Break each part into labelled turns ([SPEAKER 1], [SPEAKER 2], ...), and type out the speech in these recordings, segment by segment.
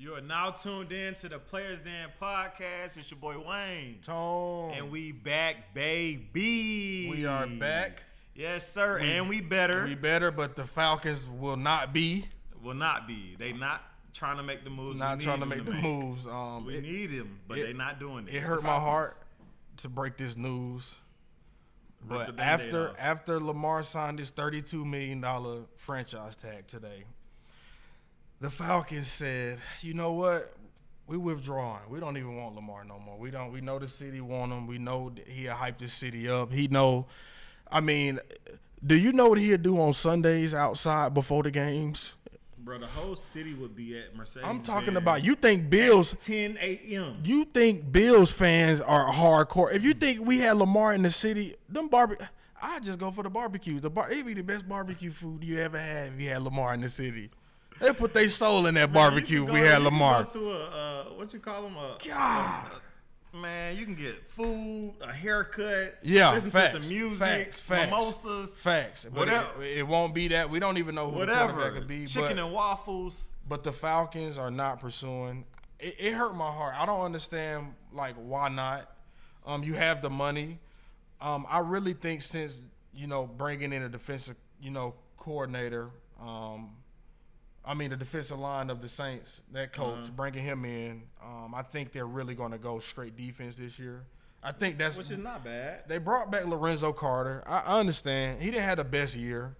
[SPEAKER 1] You are now tuned in to the Players Den podcast. It's your boy Wayne.
[SPEAKER 2] Tone.
[SPEAKER 1] And we back, baby.
[SPEAKER 2] We are back.
[SPEAKER 1] Yes, sir. and we better.
[SPEAKER 2] We better, but the Falcons will not be
[SPEAKER 1] will not be. They not trying to make the moves. we
[SPEAKER 2] not
[SPEAKER 1] need
[SPEAKER 2] trying to
[SPEAKER 1] them
[SPEAKER 2] make the moves. Um,
[SPEAKER 1] We
[SPEAKER 2] it,
[SPEAKER 1] need them, but
[SPEAKER 2] it-
[SPEAKER 1] they not doing it.
[SPEAKER 2] it
[SPEAKER 1] It's
[SPEAKER 2] hurt
[SPEAKER 1] the
[SPEAKER 2] my heart
[SPEAKER 1] Falcons.
[SPEAKER 2] to break this news,
[SPEAKER 1] Rip the
[SPEAKER 2] but
[SPEAKER 1] Band-Aid
[SPEAKER 2] after
[SPEAKER 1] off.
[SPEAKER 2] after Lamar signed his thirty-two million dollar franchise tag today, the Falcons said, "You know what? We withdrawing. We don't even want Lamar no more. We don't. We know the city want him. We know that he'll hype the city up. He know. I mean, do you know what he'll do on Sundays outside before the games?
[SPEAKER 1] bro, the whole city would be at Mercedes.
[SPEAKER 2] I'm talking about you think Bills
[SPEAKER 1] 10 a.m.
[SPEAKER 2] you think Bills fans are hardcore. If you think we had Lamar in the city, them barbecue I just go for the barbecue. The bar it'd be the best barbecue food you ever had if you had Lamar in the city. They put their soul in that barbecue
[SPEAKER 1] You
[SPEAKER 2] if
[SPEAKER 1] can
[SPEAKER 2] we
[SPEAKER 1] go-
[SPEAKER 2] had
[SPEAKER 1] you can
[SPEAKER 2] Lamar.
[SPEAKER 1] Go to a, uh, what you call them? A,
[SPEAKER 2] God.
[SPEAKER 1] Man, you can get food, a haircut,
[SPEAKER 2] Yeah,
[SPEAKER 1] listen
[SPEAKER 2] facts,
[SPEAKER 1] to some music,
[SPEAKER 2] facts, facts,
[SPEAKER 1] mimosas,
[SPEAKER 2] Facts. But
[SPEAKER 1] whatever,
[SPEAKER 2] it, it won't be that. We don't even know who the
[SPEAKER 1] whatever,
[SPEAKER 2] quarterback could be.
[SPEAKER 1] chicken
[SPEAKER 2] but,
[SPEAKER 1] and waffles.
[SPEAKER 2] but the Falcons are not pursuing. It, it hurt my heart. I don't understand like why not. Um, you have the money. Um, I really think since you know bringing in a defensive you know coordinator, um, I mean the defensive line of the Saints, that coach
[SPEAKER 1] Uh-huh.
[SPEAKER 2] bringing him in, um, I think they're really going to go straight defense this year. I think that's
[SPEAKER 1] Which is not bad.
[SPEAKER 2] they brought back Lorenzo Carter. I I understand. He didn't have the best year.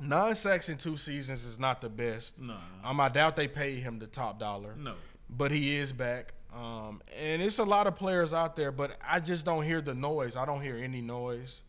[SPEAKER 2] Nine sacks in two seasons is not the best.
[SPEAKER 1] No.
[SPEAKER 2] Um, I doubt they paid him the top dollar.
[SPEAKER 1] No.
[SPEAKER 2] But he is back. Um, and it's a lot of players out there, but I just don't hear the noise. I don't hear any noise.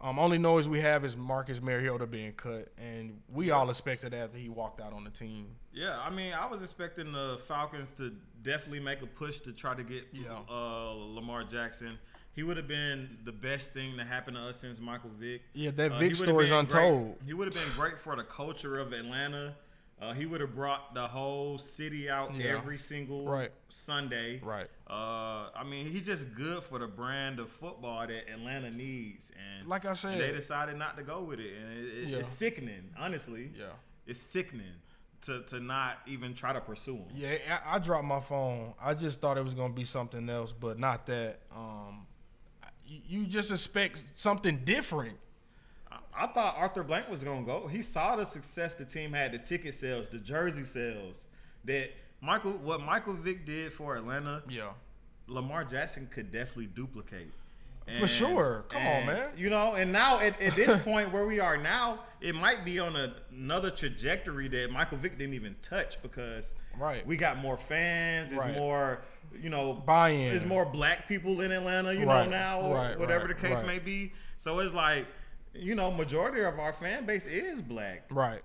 [SPEAKER 2] Um, only noise we have is Marcus Mariota being cut, and we all expected after he walked out on the team.
[SPEAKER 1] Yeah, I mean, I was expecting the Falcons to definitely make a push to try to get
[SPEAKER 2] Yeah.
[SPEAKER 1] uh, Lamar Jackson. He would have been the best thing to happen to us since Michael Vick.
[SPEAKER 2] Yeah, that
[SPEAKER 1] Uh,
[SPEAKER 2] Vick
[SPEAKER 1] he would've
[SPEAKER 2] story is
[SPEAKER 1] been great-
[SPEAKER 2] untold.
[SPEAKER 1] He would have been great for the culture of Atlanta. Uh, he would have brought the whole city out
[SPEAKER 2] Yeah.
[SPEAKER 1] every single
[SPEAKER 2] Right.
[SPEAKER 1] Sunday.
[SPEAKER 2] Right.
[SPEAKER 1] Uh, I mean, he's just good for the brand of football that Atlanta needs. And
[SPEAKER 2] Like I
[SPEAKER 1] and
[SPEAKER 2] said-
[SPEAKER 1] they decided not to go with it, and it, it-
[SPEAKER 2] Yeah.
[SPEAKER 1] it's sickening. Honestly,
[SPEAKER 2] Yeah.
[SPEAKER 1] it's sickening to to not even try to pursue him.
[SPEAKER 2] Yeah, I, I dropped my phone. I just thought it was gonna be something else, but not that. Um, you, you just expect something different.
[SPEAKER 1] I, I thought Arthur Blank was gonna go. He saw the success the team had, the ticket sales, the jersey sales. That Michael, what Michael Vick did for Atlanta,
[SPEAKER 2] Yeah,
[SPEAKER 1] Lamar Jackson could definitely duplicate.
[SPEAKER 2] For sure. Come on,
[SPEAKER 1] and,
[SPEAKER 2] man.
[SPEAKER 1] You know, and now at, at this point where we are now, it might be on a, another trajectory that Michael Vick didn't even touch because
[SPEAKER 2] Right.
[SPEAKER 1] we got more fans, it's
[SPEAKER 2] Right.
[SPEAKER 1] more, you know,
[SPEAKER 2] Buy-in.
[SPEAKER 1] There's more black people in Atlanta, you
[SPEAKER 2] Right,
[SPEAKER 1] know, now or
[SPEAKER 2] right,
[SPEAKER 1] whatever
[SPEAKER 2] right,
[SPEAKER 1] the case
[SPEAKER 2] right.
[SPEAKER 1] may be. So it's like, you know, majority of our fan base is black.
[SPEAKER 2] right.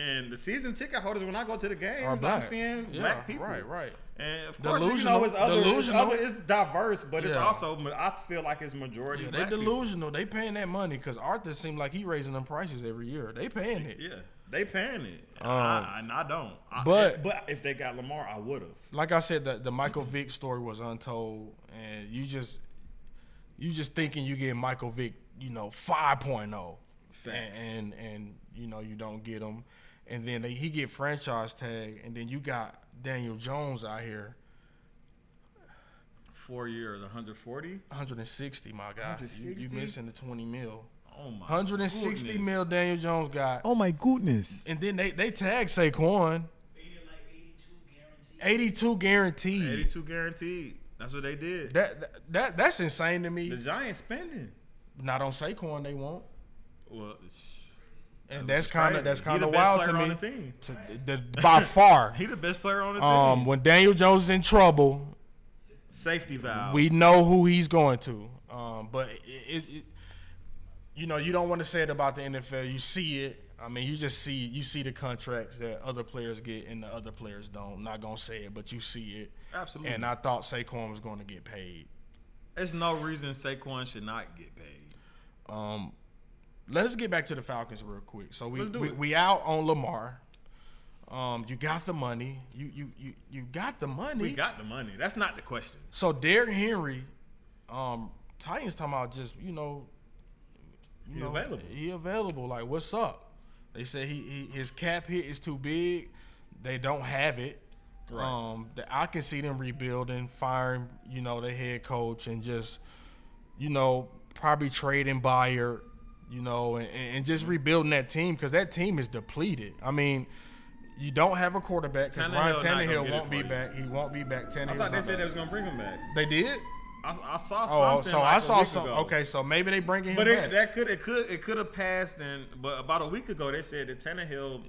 [SPEAKER 1] And the season ticket holders, when I go to the
[SPEAKER 2] Are
[SPEAKER 1] games, I'm
[SPEAKER 2] black.
[SPEAKER 1] seeing
[SPEAKER 2] Yeah,
[SPEAKER 1] black people.
[SPEAKER 2] right, right.
[SPEAKER 1] And of course, you know,
[SPEAKER 2] Delusional-
[SPEAKER 1] it's other, it's
[SPEAKER 2] delusional.
[SPEAKER 1] other, it's diverse, but it's
[SPEAKER 2] Yeah.
[SPEAKER 1] also, ma- I feel like it's majority.
[SPEAKER 2] Yeah, they
[SPEAKER 1] black people.
[SPEAKER 2] delusional. They paying that money because Arthur seemed like he raising them prices every year. They paying it.
[SPEAKER 1] Yeah, they paying it. And I, and I don't. I,
[SPEAKER 2] Um, but-
[SPEAKER 1] but if they got Lamar, I would have.
[SPEAKER 2] Like I said, the, the Michael Vick story was untold, and you just you just thinking you get Michael Vick, you know, 5.0.
[SPEAKER 1] Facts.
[SPEAKER 2] And, and and you know you don't get him, and then they, he get franchise tag, and then you got Daniel Jones out here,
[SPEAKER 1] Four years, 140.
[SPEAKER 2] 160, my guy. You, you
[SPEAKER 1] 160?
[SPEAKER 2] missing the 20 mil.
[SPEAKER 1] Oh my.
[SPEAKER 2] 160
[SPEAKER 1] goodness.
[SPEAKER 2] mil Daniel Jones got,
[SPEAKER 1] Oh my goodness.
[SPEAKER 2] and then they they tag Saquon,
[SPEAKER 3] They did like 82 guaranteed.
[SPEAKER 2] 82 guaranteed.
[SPEAKER 1] 82 guaranteed. That's what they did.
[SPEAKER 2] That, that that that's insane to
[SPEAKER 1] the
[SPEAKER 2] me.
[SPEAKER 1] Giants spending.
[SPEAKER 2] Not on Saquon, they won't.
[SPEAKER 1] Well, sh-
[SPEAKER 2] And
[SPEAKER 1] Which
[SPEAKER 2] that's
[SPEAKER 1] is
[SPEAKER 2] kind
[SPEAKER 1] crazy.
[SPEAKER 2] of that's
[SPEAKER 1] He
[SPEAKER 2] kind
[SPEAKER 1] the
[SPEAKER 2] of
[SPEAKER 1] best
[SPEAKER 2] wild
[SPEAKER 1] player
[SPEAKER 2] to
[SPEAKER 1] on
[SPEAKER 2] me.
[SPEAKER 1] the team.
[SPEAKER 2] To, the, by far,
[SPEAKER 1] he the best player on the
[SPEAKER 2] um,
[SPEAKER 1] team.
[SPEAKER 2] when Daniel Jones is in trouble,
[SPEAKER 1] Safety valve.
[SPEAKER 2] we know who he's going to. Um, but it, it, it, you know, you don't want to say it about the NFL. You see it. I mean, you just see you see the contracts that other players get and the other players don't. Not gonna say it, but you see it.
[SPEAKER 1] Absolutely.
[SPEAKER 2] And I thought Saquon was going to get paid.
[SPEAKER 1] There's no reason Saquon should not get paid.
[SPEAKER 2] Um, let us get back to the Falcons real quick. So we
[SPEAKER 1] Let's do
[SPEAKER 2] we,
[SPEAKER 1] it.
[SPEAKER 2] we out on Lamar. Um, you got the money. You you you you got the money.
[SPEAKER 1] We got the money. That's not the question.
[SPEAKER 2] so Derrick Henry, um, Titans talking about just you know, you
[SPEAKER 1] He available.
[SPEAKER 2] He available. Like what's up? They said he, he his cap hit is too big. They don't have it.
[SPEAKER 1] Right.
[SPEAKER 2] Um, that I can see them rebuilding, firing, you know, the head coach and just, you know, probably trading Buyer, you know, and, and just rebuilding that team because that team is depleted. I mean, you don't have a quarterback because
[SPEAKER 4] Tannehill
[SPEAKER 2] Ryan
[SPEAKER 4] not gonna get
[SPEAKER 2] Tannehill
[SPEAKER 4] it
[SPEAKER 2] won't
[SPEAKER 4] for
[SPEAKER 2] be
[SPEAKER 4] you.
[SPEAKER 2] back. He won't be back. Tannehill.
[SPEAKER 1] I thought they said they was gonna bring him back.
[SPEAKER 2] they did.
[SPEAKER 1] I, I saw
[SPEAKER 2] Oh,
[SPEAKER 1] something.
[SPEAKER 2] so
[SPEAKER 1] like
[SPEAKER 2] I
[SPEAKER 1] a
[SPEAKER 2] saw
[SPEAKER 1] week
[SPEAKER 2] some.
[SPEAKER 1] ago.
[SPEAKER 2] Okay, so maybe they bringing him
[SPEAKER 1] But
[SPEAKER 2] back.
[SPEAKER 1] it, that could it could it could have passed. And but about a week ago they said that Tannehill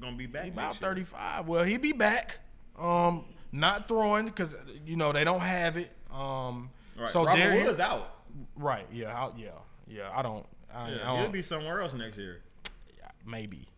[SPEAKER 1] gonna be back.
[SPEAKER 2] About
[SPEAKER 1] next year.
[SPEAKER 2] 35. Well, he'd be back. Um, not throwing because you know they don't have it. Um,
[SPEAKER 1] Right.
[SPEAKER 2] so
[SPEAKER 1] Robert
[SPEAKER 2] Darius-
[SPEAKER 1] Woods out.
[SPEAKER 2] right? Yeah, I, yeah, yeah. oh. I don't. I, I
[SPEAKER 1] Yeah,
[SPEAKER 2] don't-
[SPEAKER 1] he'll be somewhere else next year.
[SPEAKER 2] maybe.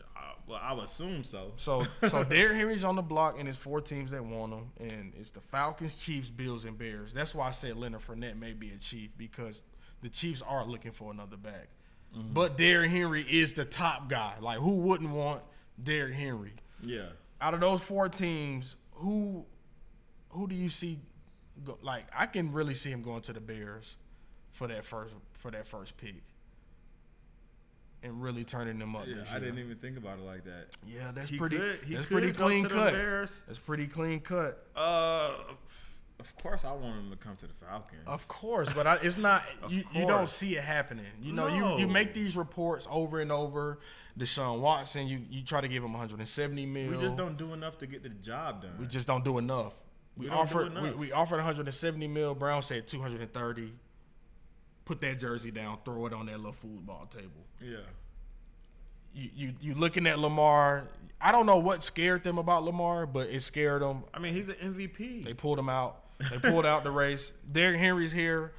[SPEAKER 1] Uh, well, I would assume so.
[SPEAKER 2] So so Derrick Henry's on the block, and it's four teams that want him, and it's the Falcons, Chiefs, Bills, and Bears. That's why I said Leonard Fournette may be a Chief because the Chiefs are looking for another back.
[SPEAKER 1] Mm-hmm.
[SPEAKER 2] But Derrick Henry is the top guy. Like who wouldn't want Derrick Henry?
[SPEAKER 1] yeah.
[SPEAKER 2] out of those four teams, who who do you see? Go, like I can really see him going to the Bears for that first for that first pick and really turning them up.
[SPEAKER 1] Yeah,
[SPEAKER 2] this
[SPEAKER 1] I
[SPEAKER 2] year.
[SPEAKER 1] didn't even think about it like that.
[SPEAKER 2] Yeah, that's
[SPEAKER 1] He
[SPEAKER 2] pretty.
[SPEAKER 1] could- he
[SPEAKER 2] that's
[SPEAKER 1] could go
[SPEAKER 2] pretty
[SPEAKER 1] to
[SPEAKER 2] clean
[SPEAKER 1] the
[SPEAKER 2] cut.
[SPEAKER 1] Bears.
[SPEAKER 2] That's pretty clean cut.
[SPEAKER 1] Uh, of course I want him to come to the Falcons.
[SPEAKER 2] Of course, but I, it's not. you, you don't
[SPEAKER 1] course.
[SPEAKER 2] see it happening. You know, you you
[SPEAKER 1] No.
[SPEAKER 2] make these reports over and over. Deshaun Watson, you you try to give him 170 mil.
[SPEAKER 1] we just don't do enough to get the job done.
[SPEAKER 2] We just don't do enough. We,
[SPEAKER 1] We don't do
[SPEAKER 2] offered
[SPEAKER 1] enough.
[SPEAKER 2] We, we offered 170 mil. Brown said 230. Put that jersey down. Throw it on that little football table.
[SPEAKER 1] yeah.
[SPEAKER 2] You you you looking at Lamar? I don't know what scared them about Lamar, but it scared them.
[SPEAKER 1] I mean, he's an MVP.
[SPEAKER 2] They pulled him out. They pulled out the race. Derrick Henry's here.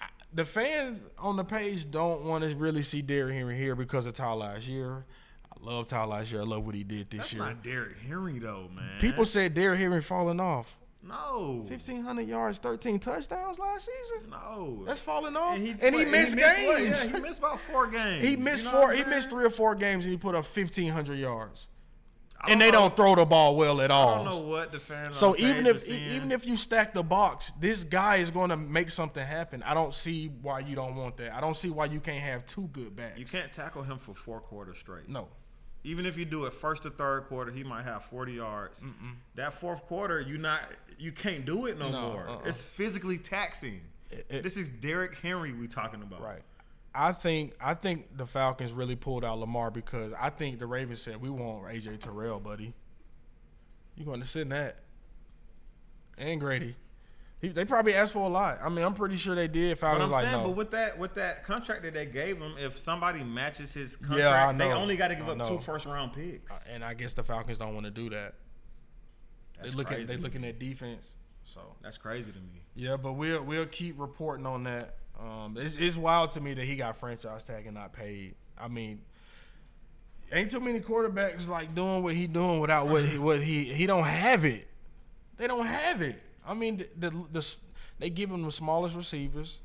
[SPEAKER 2] I- The fans on the page don't want to really see Derrick Henry here because of Ty Algier. I love Ty Algier. I love what he did this
[SPEAKER 1] That's
[SPEAKER 2] year.
[SPEAKER 1] not Derrick Henry though, man.
[SPEAKER 2] People said Derrick Henry falling off.
[SPEAKER 1] no,
[SPEAKER 2] Fifteen hundred yards, thirteen touchdowns last season.
[SPEAKER 1] no.
[SPEAKER 2] That's falling off, and he,
[SPEAKER 1] play-
[SPEAKER 2] missed
[SPEAKER 1] what?
[SPEAKER 2] games.
[SPEAKER 1] Yeah, he missed about four games.
[SPEAKER 2] he
[SPEAKER 1] You
[SPEAKER 2] missed
[SPEAKER 1] know
[SPEAKER 2] four.
[SPEAKER 1] what
[SPEAKER 2] He
[SPEAKER 1] I'm
[SPEAKER 2] missed
[SPEAKER 1] saying?
[SPEAKER 2] three or four games, and he put up fifteen hundred yards.
[SPEAKER 1] I
[SPEAKER 2] And they
[SPEAKER 1] know-
[SPEAKER 2] don't throw the ball well at
[SPEAKER 1] I don't know
[SPEAKER 2] all.
[SPEAKER 1] what the fans.
[SPEAKER 2] So
[SPEAKER 1] on the
[SPEAKER 2] even
[SPEAKER 1] page were
[SPEAKER 2] if e-
[SPEAKER 1] seeing.
[SPEAKER 2] even if you stack the box, this guy is going to make something happen. I don't see why you don't want that. I don't see why you can't have two good backs.
[SPEAKER 1] you can't tackle him for four quarters straight.
[SPEAKER 2] No.
[SPEAKER 1] Even if you do it first or third quarter, he might have 40 yards. That fourth quarter, you not you can't do it no,
[SPEAKER 2] No,
[SPEAKER 1] more.
[SPEAKER 2] uh-uh.
[SPEAKER 1] It's physically taxing.
[SPEAKER 2] It- it-
[SPEAKER 1] this is Derrick Henry we talking about.
[SPEAKER 2] Right. I think I think the Falcons really pulled out Lamar because I think the Ravens said we want AJ Terrell, buddy. You going to sit in that? And Grady, he, they probably asked for a lot. I mean, I'm pretty sure they did.
[SPEAKER 1] But
[SPEAKER 2] Falcons
[SPEAKER 1] I'm
[SPEAKER 2] like
[SPEAKER 1] saying,
[SPEAKER 2] no.
[SPEAKER 1] but with that with that contract that they gave him, if somebody matches his
[SPEAKER 2] I
[SPEAKER 1] contract, they
[SPEAKER 2] know.
[SPEAKER 1] only got to give
[SPEAKER 2] I
[SPEAKER 1] up
[SPEAKER 2] know.
[SPEAKER 1] two first round picks.
[SPEAKER 2] and I guess the Falcons don't want to do that.
[SPEAKER 1] That's
[SPEAKER 2] they look
[SPEAKER 1] crazy.
[SPEAKER 2] at they looking at defense. So
[SPEAKER 1] That's crazy to me.
[SPEAKER 2] yeah, but we'll we'll keep reporting on that. Um, it's, it's wild to me that he got franchise tag and not paid. I mean, ain't too many quarterbacks like doing what he doing without what he what he he don't have it. They don't have it. I mean, the the, the s- they give him the smallest receivers.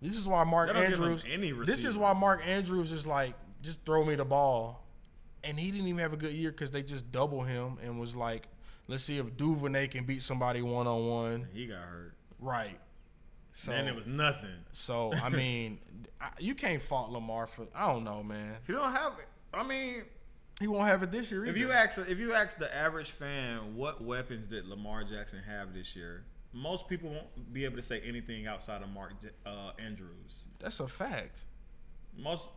[SPEAKER 2] This is why Mark
[SPEAKER 1] They don't give him
[SPEAKER 2] Andrews.
[SPEAKER 1] any
[SPEAKER 2] this is why Mark Andrews is like, just throw me the ball, and he didn't even have a good year because they just double him and was like, let's see if Duvernay can beat somebody one on one.
[SPEAKER 1] He got hurt,
[SPEAKER 2] Right. So,
[SPEAKER 1] and it was nothing.
[SPEAKER 2] so I mean, I, you can't fault Lamar for. I don't know, man.
[SPEAKER 1] He don't have. I mean,
[SPEAKER 2] He won't have it this year.
[SPEAKER 1] if
[SPEAKER 2] either.
[SPEAKER 1] you ask if you ask the average fan what weapons did Lamar Jackson have this year, most people won't be able to say anything outside of Mark J- uh, Andrews.
[SPEAKER 2] that's a fact.
[SPEAKER 1] Most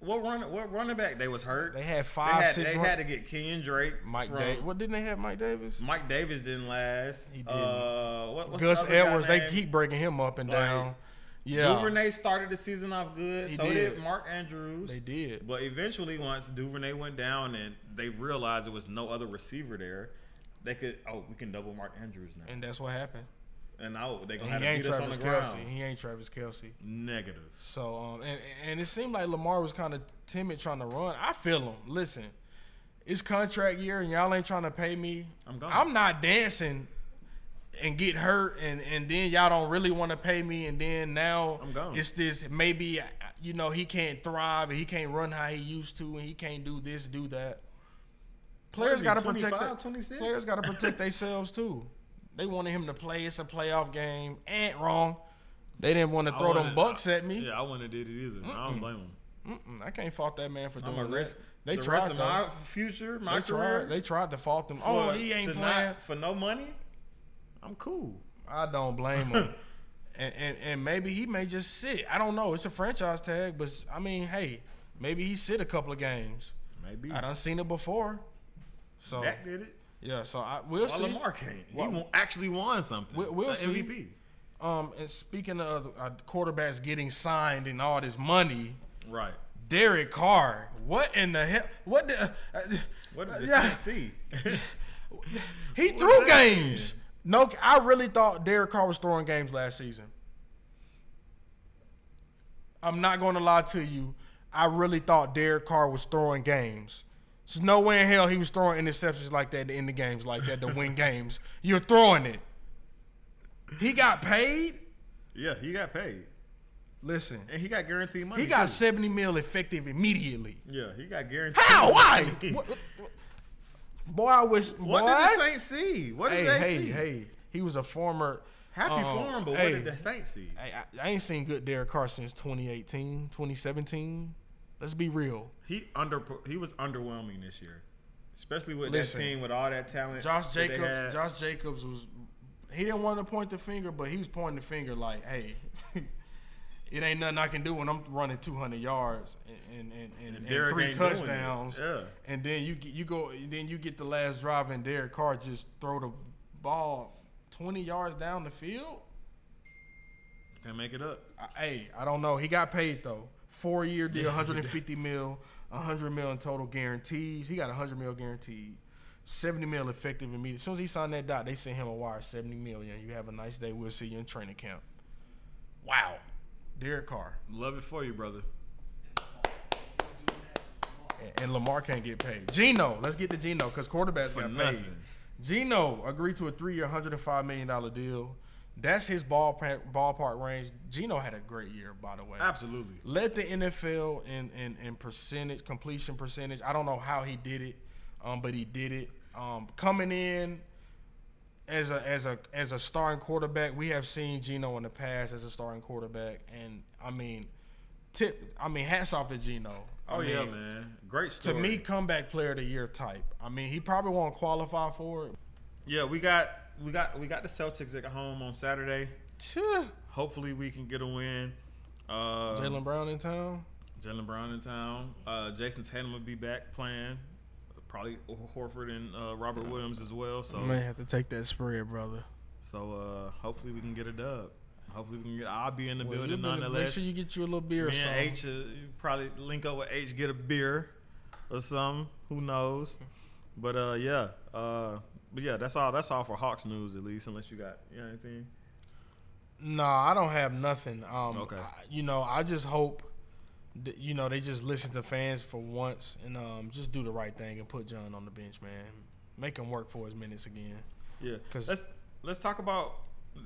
[SPEAKER 1] what run what running back they was hurt.
[SPEAKER 2] They had
[SPEAKER 1] They
[SPEAKER 2] five,
[SPEAKER 1] had,
[SPEAKER 2] six.
[SPEAKER 1] they
[SPEAKER 2] run-
[SPEAKER 1] had to get Kenyon Drake,
[SPEAKER 2] Mike
[SPEAKER 1] from-
[SPEAKER 2] Davis. What didn't they have? Mike Davis.
[SPEAKER 1] Mike Davis didn't last.
[SPEAKER 2] He didn't.
[SPEAKER 1] Uh, what, what's the
[SPEAKER 2] Gus
[SPEAKER 1] other guy
[SPEAKER 2] Edwards. They
[SPEAKER 1] name?
[SPEAKER 2] keep breaking him up and down.
[SPEAKER 1] Right.
[SPEAKER 2] Yeah,
[SPEAKER 1] Duvernay started the season off good.
[SPEAKER 2] He
[SPEAKER 1] so
[SPEAKER 2] did.
[SPEAKER 1] did. Mark Andrews.
[SPEAKER 2] they did.
[SPEAKER 1] But eventually, once Duvernay went down and they realized there was no other receiver there, they could oh we can double Mark Andrews now.
[SPEAKER 2] And that's what happened.
[SPEAKER 1] And now they gonna
[SPEAKER 2] And
[SPEAKER 1] have
[SPEAKER 2] he
[SPEAKER 1] to
[SPEAKER 2] ain't
[SPEAKER 1] beat us on
[SPEAKER 2] Travis
[SPEAKER 1] the
[SPEAKER 2] Kelsey.
[SPEAKER 1] ground.
[SPEAKER 2] He ain't Travis Kelsey.
[SPEAKER 1] Negative.
[SPEAKER 2] So um, and and it seemed like Lamar was kind of timid trying to run. I feel him. Listen, it's contract year and y'all ain't trying to pay me.
[SPEAKER 1] I'm gone.
[SPEAKER 2] I'm not dancing and get hurt and and then y'all don't really want to pay me and then now
[SPEAKER 1] I'm gone.
[SPEAKER 2] it's this maybe uh, you know he can't thrive and he can't run how he used to and he can't do this do that. Players
[SPEAKER 1] he,
[SPEAKER 2] got to protect.
[SPEAKER 1] 25,
[SPEAKER 2] their-
[SPEAKER 1] 26?
[SPEAKER 2] Players got to protect themselves too. They wanted him to play. It's a playoff game. Ain't wrong. They didn't want to throw them bucks at me.
[SPEAKER 1] Yeah, I wouldn't have did it either. I don't blame him.
[SPEAKER 2] Mm-mm, I can't fault that man for doing
[SPEAKER 1] a
[SPEAKER 2] that.
[SPEAKER 1] risk-
[SPEAKER 2] They
[SPEAKER 1] the
[SPEAKER 2] tried
[SPEAKER 1] rest of
[SPEAKER 2] though.
[SPEAKER 1] my future, my
[SPEAKER 2] they
[SPEAKER 1] career.
[SPEAKER 2] tried. They tried to fault them. oh,
[SPEAKER 1] for-
[SPEAKER 2] he ain't
[SPEAKER 1] to
[SPEAKER 2] playing.
[SPEAKER 1] not- for no money. I'm cool.
[SPEAKER 2] I don't blame him. and, and and maybe he may just sit. I don't know. It's a franchise tag, but I mean, hey, maybe he sit a couple of games.
[SPEAKER 1] Maybe
[SPEAKER 2] I done seen it before. So
[SPEAKER 1] Dak did it.
[SPEAKER 2] yeah, so I we'll
[SPEAKER 1] While
[SPEAKER 2] see.
[SPEAKER 1] Lamar can't. He
[SPEAKER 2] Well-
[SPEAKER 1] won't actually won something.
[SPEAKER 2] We- we'll
[SPEAKER 1] Like
[SPEAKER 2] see.
[SPEAKER 1] MVP.
[SPEAKER 2] Um, and speaking of uh, quarterbacks getting signed and all this money,
[SPEAKER 1] Right.
[SPEAKER 2] Derek Carr, what in the hell? What the? Uh,
[SPEAKER 1] What did
[SPEAKER 2] uh,
[SPEAKER 1] the
[SPEAKER 2] yeah,
[SPEAKER 1] see?
[SPEAKER 2] he
[SPEAKER 1] What
[SPEAKER 2] threw
[SPEAKER 1] that
[SPEAKER 2] games.
[SPEAKER 1] mean?
[SPEAKER 2] No, I really thought Derek Carr was throwing games last season. I'm not going to lie to you. I really thought Derek Carr was throwing games. There's no way in hell he was throwing interceptions like that to end the games like that to win games. You're throwing it. He got paid.
[SPEAKER 1] yeah, he got paid
[SPEAKER 2] Listen,
[SPEAKER 1] and he got guaranteed money.
[SPEAKER 2] he got
[SPEAKER 1] too.
[SPEAKER 2] 70 mil effective immediately.
[SPEAKER 1] Yeah, he got guaranteed.
[SPEAKER 2] How? Why?
[SPEAKER 1] money.
[SPEAKER 2] What- what- what- Boy, I wish.
[SPEAKER 1] What
[SPEAKER 2] boy,
[SPEAKER 1] did the Saints see? What
[SPEAKER 2] hey,
[SPEAKER 1] did they
[SPEAKER 2] hey,
[SPEAKER 1] see?
[SPEAKER 2] hey! He was a former
[SPEAKER 1] Happy
[SPEAKER 2] um,
[SPEAKER 1] for him, but
[SPEAKER 2] hey,
[SPEAKER 1] what did the Saints see?
[SPEAKER 2] hey, I, I ain't seen good Derek Carr since 2018, 2017. Let's be real.
[SPEAKER 1] He under he was underwhelming this year, especially with this
[SPEAKER 2] Listen.
[SPEAKER 1] that team with all that talent.
[SPEAKER 2] Josh
[SPEAKER 1] that they had.
[SPEAKER 2] Jacobs. Josh Jacobs was. He didn't want to point the finger, but he was pointing the finger like, "Hey, it ain't nothing I can do when I'm running 200 yards and and, and, and,
[SPEAKER 1] Derek
[SPEAKER 2] three
[SPEAKER 1] ain't doing it.
[SPEAKER 2] touchdowns."
[SPEAKER 1] Yeah.
[SPEAKER 2] And then you get- you go, and then you get the last drive, and Derek Carr just throw the ball 20 yards down the field.
[SPEAKER 1] Can't make it up.
[SPEAKER 2] I- hey, I don't know. He got paid though. Four year deal, 150 mil, 100 mil in total guarantees. He got 100 mil guaranteed, 70 mil effective immediately. As soon as he signed that dot, they sent him a wire, 70 million. You have a nice day. We'll see you in training camp. Wow, Derek Carr
[SPEAKER 1] Love it for you, brother.
[SPEAKER 2] and, and Lamar can't get paid. Gino, let's get to Gino because quarterbacks
[SPEAKER 1] For
[SPEAKER 2] got paid.
[SPEAKER 1] nothing.
[SPEAKER 2] Gino agreed to a three year, 105 million dollar deal. That's his ballpark ballpark range. Gino had a great year, by the way.
[SPEAKER 1] Absolutely.
[SPEAKER 2] led the NFL in, in, in percentage completion percentage. I don't know how he did it, um, but he did it. Um, coming in as a as a as a starting quarterback, we have seen Geno in the past as a starting quarterback, and I mean, tip. I mean, hats off to Geno. I
[SPEAKER 1] Oh yeah,
[SPEAKER 2] mean,
[SPEAKER 1] man. Great
[SPEAKER 2] To
[SPEAKER 1] story.
[SPEAKER 2] me, comeback player of the year type. I mean, he probably won't qualify for it.
[SPEAKER 1] yeah, we got we got we got the Celtics at home on Saturday.
[SPEAKER 2] Sure.
[SPEAKER 1] Hopefully, we can get a win. Uh,
[SPEAKER 2] Jalen Brown in town.
[SPEAKER 1] Jalen Brown in town. Uh, Jason Tatum will be back playing. Probably Horford and uh, Robert Williams as well. So,
[SPEAKER 2] May have to take that spread, brother.
[SPEAKER 1] so uh, hopefully we can get a dub. Hopefully we can get. I'll be in the
[SPEAKER 2] Well, you
[SPEAKER 1] building
[SPEAKER 2] better
[SPEAKER 1] nonetheless.
[SPEAKER 2] Make sure you get you a little beer. or
[SPEAKER 1] Me and
[SPEAKER 2] something.
[SPEAKER 1] H uh, probably link up with H, get a beer or something. Who knows? But uh, yeah, uh, but yeah, that's all. That's all for Hawks news, at least, unless you got you know, anything.
[SPEAKER 2] No, I don't have nothing. Um,
[SPEAKER 1] Okay.
[SPEAKER 2] I- you know, I just hope that, you know they just listen to fans for once and um, just do the right thing and put John on the bench, man. Make him work for his minutes again.
[SPEAKER 1] Yeah,
[SPEAKER 2] 'Cause-
[SPEAKER 1] let's let's talk about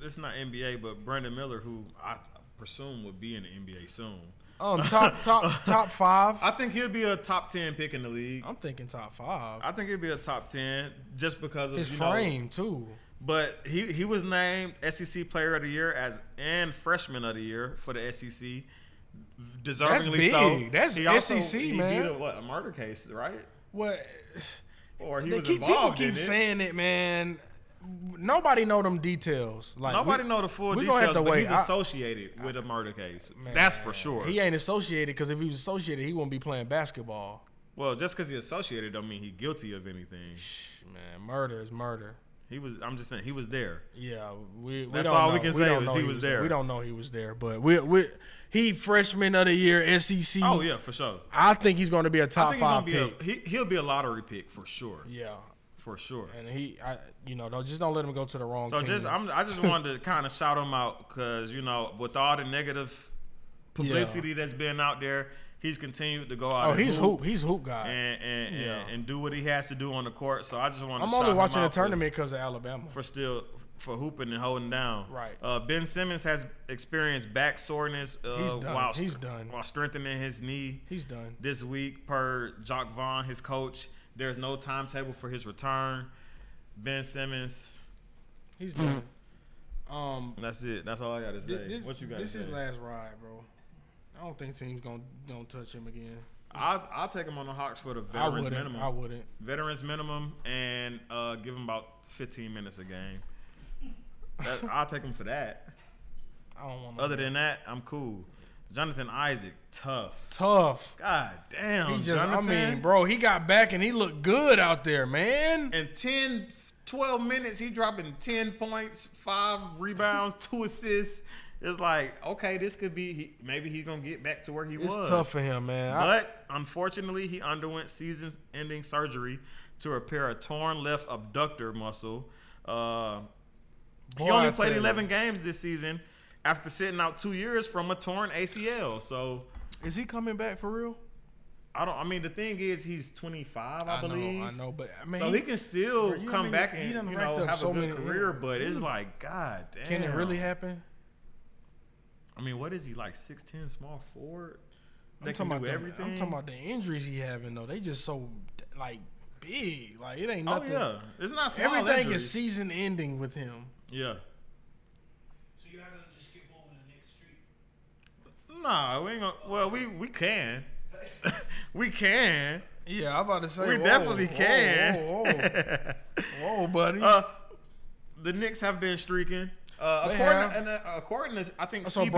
[SPEAKER 1] this. Not NBA, but Brandon Miller, who I presume will be in the NBA soon.
[SPEAKER 2] Um, top top top five.
[SPEAKER 1] I think he'll be a top ten pick in the league.
[SPEAKER 2] I'm thinking top five.
[SPEAKER 1] I think he'll be a top ten just because of
[SPEAKER 2] His
[SPEAKER 1] you know,
[SPEAKER 2] frame too.
[SPEAKER 1] But he, he was named SEC Player of the Year as and Freshman of the Year for the SEC.
[SPEAKER 2] That's
[SPEAKER 1] Deservingly
[SPEAKER 2] big.
[SPEAKER 1] so.
[SPEAKER 2] That's
[SPEAKER 1] he
[SPEAKER 2] SEC,
[SPEAKER 1] he
[SPEAKER 2] man.
[SPEAKER 1] Beat a, what a murder case, right?
[SPEAKER 2] What?
[SPEAKER 1] Or he
[SPEAKER 2] They
[SPEAKER 1] was
[SPEAKER 2] keep, people
[SPEAKER 1] involved
[SPEAKER 2] keep
[SPEAKER 1] in it.
[SPEAKER 2] saying it, man. Nobody know them details. Like
[SPEAKER 1] Nobody
[SPEAKER 2] we-
[SPEAKER 1] know the full
[SPEAKER 2] we
[SPEAKER 1] details,
[SPEAKER 2] gonna have to
[SPEAKER 1] but
[SPEAKER 2] wait.
[SPEAKER 1] he's
[SPEAKER 2] I-
[SPEAKER 1] associated with a murder case.
[SPEAKER 2] Man,
[SPEAKER 1] That's for sure.
[SPEAKER 2] He ain't associated because if he was associated, he wouldn't be playing basketball.
[SPEAKER 1] well, just because he associated don't mean he guilty of anything.
[SPEAKER 2] Shh, Man, murder is murder.
[SPEAKER 1] He was. I'm just saying he was there.
[SPEAKER 2] Yeah, we. we
[SPEAKER 1] That's
[SPEAKER 2] don't
[SPEAKER 1] all we
[SPEAKER 2] know.
[SPEAKER 1] can say
[SPEAKER 2] don't
[SPEAKER 1] is
[SPEAKER 2] know
[SPEAKER 1] he was there.
[SPEAKER 2] We don't know he was there, but we we he freshman of the year SEC.
[SPEAKER 1] Oh yeah, for sure.
[SPEAKER 2] I think he's going to be a
[SPEAKER 1] I
[SPEAKER 2] top
[SPEAKER 1] think he's
[SPEAKER 2] five
[SPEAKER 1] gonna
[SPEAKER 2] pick.
[SPEAKER 1] be a, he, he'll be a lottery pick for sure.
[SPEAKER 2] yeah,
[SPEAKER 1] For sure.
[SPEAKER 2] and he, I, you know, don't just don't let him go to the wrong.
[SPEAKER 1] So
[SPEAKER 2] team.
[SPEAKER 1] just I'm, I just wanted to kind of shout him out because you know with all the negative publicity that's been out there, he's continued to go out.
[SPEAKER 2] oh,
[SPEAKER 1] and
[SPEAKER 2] he's hoop. He's hoop guy.
[SPEAKER 1] and and, and,
[SPEAKER 2] Yeah.
[SPEAKER 1] and do what he has to do on the court. So I just want to.
[SPEAKER 2] I'm
[SPEAKER 1] shout
[SPEAKER 2] only
[SPEAKER 1] him
[SPEAKER 2] watching the
[SPEAKER 1] out for-
[SPEAKER 2] tournament because of Alabama.
[SPEAKER 1] for still for hooping and holding down.
[SPEAKER 2] Right.
[SPEAKER 1] Uh, ben Simmons has experienced back soreness uh,
[SPEAKER 2] He's done.
[SPEAKER 1] while
[SPEAKER 2] He's done.
[SPEAKER 1] while strengthening his knee
[SPEAKER 2] he's done.
[SPEAKER 1] this week per Jock Vaughn, his coach. There's no timetable for his return. Ben Simmons.
[SPEAKER 2] He's done. um,
[SPEAKER 1] That's it. That's all I got to say.
[SPEAKER 2] thi- this,
[SPEAKER 1] what you got?
[SPEAKER 2] this
[SPEAKER 1] to
[SPEAKER 2] is
[SPEAKER 1] say?
[SPEAKER 2] last ride, bro. I don't think teams gonna don't touch him again.
[SPEAKER 1] I'll, I'll take him on the Hawks for the
[SPEAKER 2] I
[SPEAKER 1] veterans
[SPEAKER 2] wouldn't.
[SPEAKER 1] minimum.
[SPEAKER 2] I wouldn't.
[SPEAKER 1] Veterans minimum and uh, give him about 15 minutes a game. That, I'll take him for that.
[SPEAKER 2] I don't want.
[SPEAKER 1] Other than that, I'm cool. Jonathan Isaac, tough.
[SPEAKER 2] tough.
[SPEAKER 1] God damn,
[SPEAKER 2] He just,
[SPEAKER 1] Jonathan.
[SPEAKER 2] I mean, bro, he got back and he looked good out there, man.
[SPEAKER 1] In 10, 12 minutes, he dropping 10 points, 5 rebounds, 2 assists. It's like, okay, this could be, he, maybe he's going to get back to where he
[SPEAKER 2] It's
[SPEAKER 1] was.
[SPEAKER 2] tough for him, man. I-
[SPEAKER 1] But unfortunately, he underwent season-ending surgery to repair a torn left abductor muscle. Uh, he
[SPEAKER 2] Boy,
[SPEAKER 1] only
[SPEAKER 2] I
[SPEAKER 1] played
[SPEAKER 2] tell you.
[SPEAKER 1] 11 games this season after sitting out two years from a torn ACL. So
[SPEAKER 2] is he coming back for real?
[SPEAKER 1] I don't. I mean, the thing is, he's 25, I, believe.
[SPEAKER 2] know, I know, but I mean,
[SPEAKER 1] So he can still
[SPEAKER 2] Bro, you know how
[SPEAKER 1] come
[SPEAKER 2] many-
[SPEAKER 1] back
[SPEAKER 2] he
[SPEAKER 1] and
[SPEAKER 2] done
[SPEAKER 1] you
[SPEAKER 2] racked
[SPEAKER 1] know
[SPEAKER 2] up
[SPEAKER 1] have
[SPEAKER 2] so
[SPEAKER 1] a good
[SPEAKER 2] many-
[SPEAKER 1] career, but it's like, God damn.
[SPEAKER 2] can it really happen?
[SPEAKER 1] I mean, what is he like? 6'10", small forward.
[SPEAKER 2] I'm
[SPEAKER 1] That
[SPEAKER 2] talking,
[SPEAKER 1] can
[SPEAKER 2] about
[SPEAKER 1] do
[SPEAKER 2] the,
[SPEAKER 1] everything.
[SPEAKER 2] I'm talking about the injuries he having though. They just so like big. Like it ain't
[SPEAKER 1] Oh
[SPEAKER 2] nothing.
[SPEAKER 1] yeah, it's not small
[SPEAKER 2] Everything
[SPEAKER 1] injuries.
[SPEAKER 2] is season ending with him.
[SPEAKER 1] yeah.
[SPEAKER 3] So you're not gonna just skip over to the next street.
[SPEAKER 1] Nah, we ain't gonna. Well, we we can, we can.
[SPEAKER 2] Yeah, I'm about to say
[SPEAKER 1] We
[SPEAKER 2] whoa,
[SPEAKER 1] definitely
[SPEAKER 2] whoa,
[SPEAKER 1] can.
[SPEAKER 2] Whoa, whoa, whoa, buddy.
[SPEAKER 1] uh, the Knicks have been streaking. Uh,
[SPEAKER 2] They
[SPEAKER 1] according
[SPEAKER 2] have.
[SPEAKER 1] and uh, according to I think
[SPEAKER 2] So
[SPEAKER 1] CBS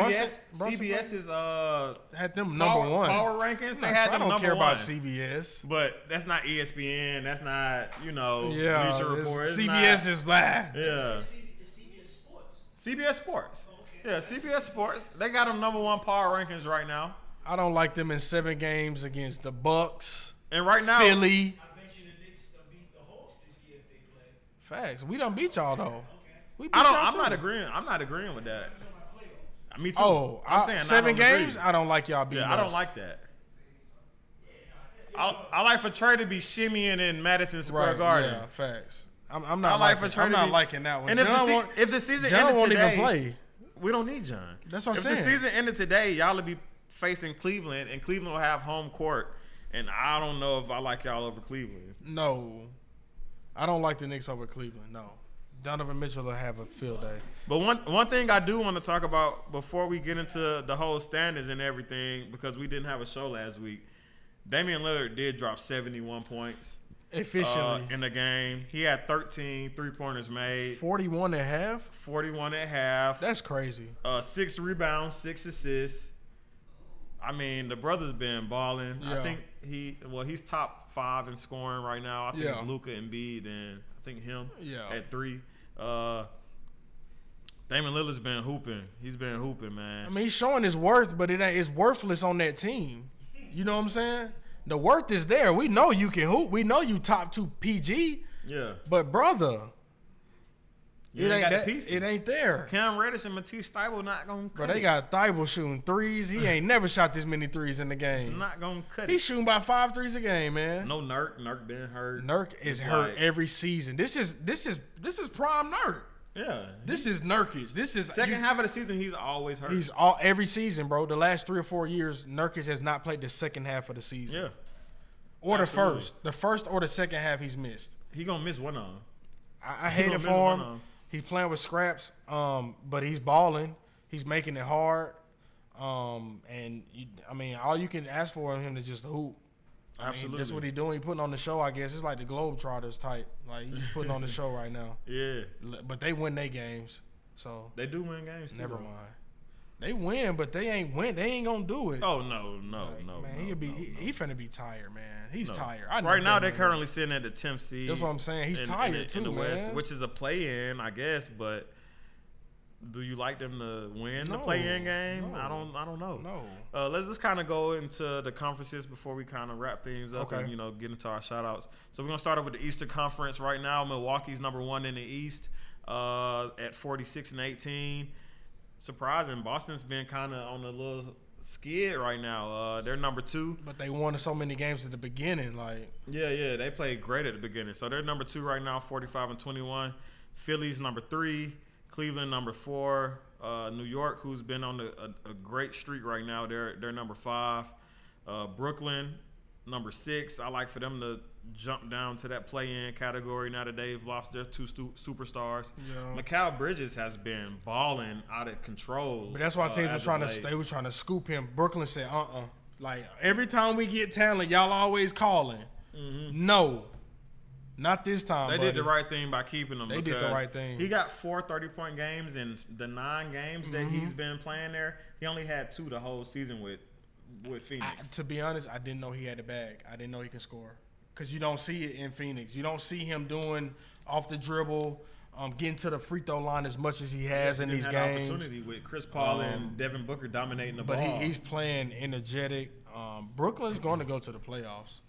[SPEAKER 2] Brunson- Brunson
[SPEAKER 1] CBS is uh
[SPEAKER 2] had them number
[SPEAKER 1] power,
[SPEAKER 2] one.
[SPEAKER 1] power rankings. They had
[SPEAKER 2] I
[SPEAKER 1] them
[SPEAKER 2] don't
[SPEAKER 1] number
[SPEAKER 2] care
[SPEAKER 1] one.
[SPEAKER 2] about CBS.
[SPEAKER 1] but that's not E ESPN. That's not you know
[SPEAKER 2] Yeah,
[SPEAKER 1] Bleacher
[SPEAKER 2] it's-
[SPEAKER 1] Report. It's
[SPEAKER 2] CBS
[SPEAKER 1] not-
[SPEAKER 2] is live.
[SPEAKER 1] yeah
[SPEAKER 3] See, it's CBS Sports.
[SPEAKER 1] CBS Sports. Yeah, CBS Sports. They got them number one power rankings right now.
[SPEAKER 2] I don't like them in seven games against the Bucks,
[SPEAKER 1] And right now,
[SPEAKER 2] Philly.
[SPEAKER 3] I bet you the Knicks will beat the Hawks this year if they play.
[SPEAKER 2] Facts. We done beat y'all though. We beat
[SPEAKER 1] I don't.
[SPEAKER 2] y'all,
[SPEAKER 1] I'm
[SPEAKER 2] too.
[SPEAKER 1] not agreeing. I'm not agreeing with that.
[SPEAKER 3] So my playoffs.
[SPEAKER 1] Me too.
[SPEAKER 2] Oh,
[SPEAKER 1] I'm
[SPEAKER 2] I-
[SPEAKER 1] saying I
[SPEAKER 2] seven
[SPEAKER 1] don't agree.
[SPEAKER 2] games. I don't like y'all beating.
[SPEAKER 1] Yeah, I don't
[SPEAKER 2] us.
[SPEAKER 1] like that. I, I like for Trey to be shimmying in Madison Square Garden.
[SPEAKER 2] Yeah, facts. I'm, I'm
[SPEAKER 1] I
[SPEAKER 2] not.
[SPEAKER 1] like for
[SPEAKER 2] liking,
[SPEAKER 1] Trey
[SPEAKER 2] I'm
[SPEAKER 1] to
[SPEAKER 2] not
[SPEAKER 1] be-
[SPEAKER 2] liking that one.
[SPEAKER 1] And if,
[SPEAKER 2] John
[SPEAKER 1] the, se-
[SPEAKER 2] won't,
[SPEAKER 1] if the season
[SPEAKER 2] John
[SPEAKER 1] ended
[SPEAKER 2] won't
[SPEAKER 1] today,
[SPEAKER 2] even play.
[SPEAKER 1] we don't need John.
[SPEAKER 2] That's what I'm
[SPEAKER 1] if If the
[SPEAKER 2] saying.
[SPEAKER 1] season ended today, y'all would be facing Cleveland, and Cleveland will have home court. And I don't know if I like y'all over Cleveland.
[SPEAKER 2] No, I don't like the Knicks over Cleveland. No, Donovan Mitchell will have a field day.
[SPEAKER 1] But one one thing I do want to talk about before we get into the whole standings and everything, because we didn't have a show last week. Damian Lillard did drop 71 points. uh,
[SPEAKER 2] Efficiently,
[SPEAKER 1] in the game. He had 13 three pointers made,
[SPEAKER 2] 41 and a half.
[SPEAKER 1] 41 at half,
[SPEAKER 2] That's crazy.
[SPEAKER 1] uh, six rebounds, six assists. I mean, the brother's been balling. I
[SPEAKER 2] Yeah.
[SPEAKER 1] think he, well, he's top five in scoring right now. I think
[SPEAKER 2] Yeah.
[SPEAKER 1] it's Luca and B, then I think him
[SPEAKER 2] Yeah.
[SPEAKER 1] at three. Uh, Damon Lillard's been hooping. He's been hooping, man.
[SPEAKER 2] I mean, he's showing his worth, but it ain't, it's worthless on that team. You know what I'm saying? The worth is there. We know you can hoop. We know you top two PG,
[SPEAKER 1] yeah.
[SPEAKER 2] but brother,
[SPEAKER 1] You
[SPEAKER 2] it
[SPEAKER 1] ain't got
[SPEAKER 2] that-
[SPEAKER 1] the pieces.
[SPEAKER 2] It ain't there.
[SPEAKER 1] Cam Reddish and Matisse Thybulle not going to cut
[SPEAKER 2] Bro, they
[SPEAKER 1] it.
[SPEAKER 2] got Thibault shooting threes. He ain't never shot this many threes in the game.
[SPEAKER 1] not going to cut
[SPEAKER 2] He's
[SPEAKER 1] it.
[SPEAKER 2] shooting by five threes a game, man.
[SPEAKER 1] No Nurk. Nurk been hurt.
[SPEAKER 2] Nurk is hurt
[SPEAKER 1] Right.
[SPEAKER 2] every season. This is this is this is prime Nurk.
[SPEAKER 1] Yeah.
[SPEAKER 2] This is Nurkic. This is
[SPEAKER 1] Second
[SPEAKER 2] you-
[SPEAKER 1] half of the season, he's always hurt.
[SPEAKER 2] he's all every season, bro. The last three or four years, Nurkic has not played the second half of the season
[SPEAKER 1] yeah,
[SPEAKER 2] or the
[SPEAKER 1] absolutely.
[SPEAKER 2] first. The first or the second half, he's missed.
[SPEAKER 1] he gonna miss one on.
[SPEAKER 2] I, I hate
[SPEAKER 1] gonna
[SPEAKER 2] it
[SPEAKER 1] miss one
[SPEAKER 2] for
[SPEAKER 1] of 'em.
[SPEAKER 2] him. He's playing with scraps, um, but he's balling. He's making it hard, um, and you, I mean, all you can ask for of him is just a hoop. I mean,
[SPEAKER 1] Absolutely.
[SPEAKER 2] that's what he's doing. He's putting on the show, I guess. It's like the Globetrotters type. Like he's just putting on the show right now.
[SPEAKER 1] Yeah,
[SPEAKER 2] L- But they win their games, so
[SPEAKER 1] they do win games. Too,
[SPEAKER 2] never
[SPEAKER 1] though.
[SPEAKER 2] mind. They win, but they ain't win. They ain't gonna do it.
[SPEAKER 1] Oh no, no, no,
[SPEAKER 2] man,
[SPEAKER 1] no,
[SPEAKER 2] he'll be
[SPEAKER 1] no,
[SPEAKER 2] he,
[SPEAKER 1] no,
[SPEAKER 2] he finna be tired, man. He's
[SPEAKER 1] no.
[SPEAKER 2] tired. I know
[SPEAKER 1] right now,
[SPEAKER 2] damn
[SPEAKER 1] they're
[SPEAKER 2] well.
[SPEAKER 1] currently sitting at the 10th seed.
[SPEAKER 2] That's what I'm saying. He's
[SPEAKER 1] in- in
[SPEAKER 2] tired
[SPEAKER 1] the- in,
[SPEAKER 2] too,
[SPEAKER 1] the West,
[SPEAKER 2] man.
[SPEAKER 1] which is a play-in, I guess. But do you like them to win the
[SPEAKER 2] No,
[SPEAKER 1] play-in game?
[SPEAKER 2] no.
[SPEAKER 1] I don't. I don't know.
[SPEAKER 2] No.
[SPEAKER 1] Uh, let's just kind of go into the conferences before we kind of wrap things up
[SPEAKER 2] Okay.
[SPEAKER 1] and you know get into our shout outs. So we're gonna start off with the Eastern Conference right now. Milwaukee's number one in the East uh, at 46 and 18. Surprising, Boston's been kind of on a little skid right now. Uh, they're number two.
[SPEAKER 2] But they won so many games at the beginning, like.
[SPEAKER 1] Yeah, yeah, they played great at the beginning. So they're number two right now, 45 and 21. Philly's number three. Cleveland number four. Uh, New York, who's been on a, a, a great streak right now, they're they're number five. Uh, Brooklyn, number six. I like for them to jump down to that play-in category now that they've lost their two stu- superstars.
[SPEAKER 2] Yeah.
[SPEAKER 1] Mikal Bridges has been balling out of control.
[SPEAKER 2] But that's why
[SPEAKER 1] uh,
[SPEAKER 2] teams
[SPEAKER 1] as
[SPEAKER 2] were
[SPEAKER 1] of
[SPEAKER 2] trying
[SPEAKER 1] late.
[SPEAKER 2] to they were trying to scoop him. Brooklyn said, "Uh, uh Like every time we get talent, y'all always calling. No, not this time.
[SPEAKER 1] Mm-hmm. They did the
[SPEAKER 2] buddy.
[SPEAKER 1] right thing by keeping him.
[SPEAKER 2] They did the
[SPEAKER 1] because
[SPEAKER 2] right thing.
[SPEAKER 1] He got four 30 point games in the nine games that
[SPEAKER 2] Mm-hmm.
[SPEAKER 1] he's been playing there. He only had two the whole season with with Phoenix.
[SPEAKER 2] I, to be honest, I didn't know he had a bag. I didn't know he can score because you don't see it in Phoenix. You don't see him doing off the dribble, um, getting to the free throw line as much as he has in
[SPEAKER 1] Didn't
[SPEAKER 2] these
[SPEAKER 1] have
[SPEAKER 2] games.
[SPEAKER 1] the
[SPEAKER 2] Um,
[SPEAKER 1] opportunity with Chris Paul and Devin Booker dominating the
[SPEAKER 2] But
[SPEAKER 1] ball.
[SPEAKER 2] he, he's playing energetic. Um, Brooklyn's going to go to the playoffs.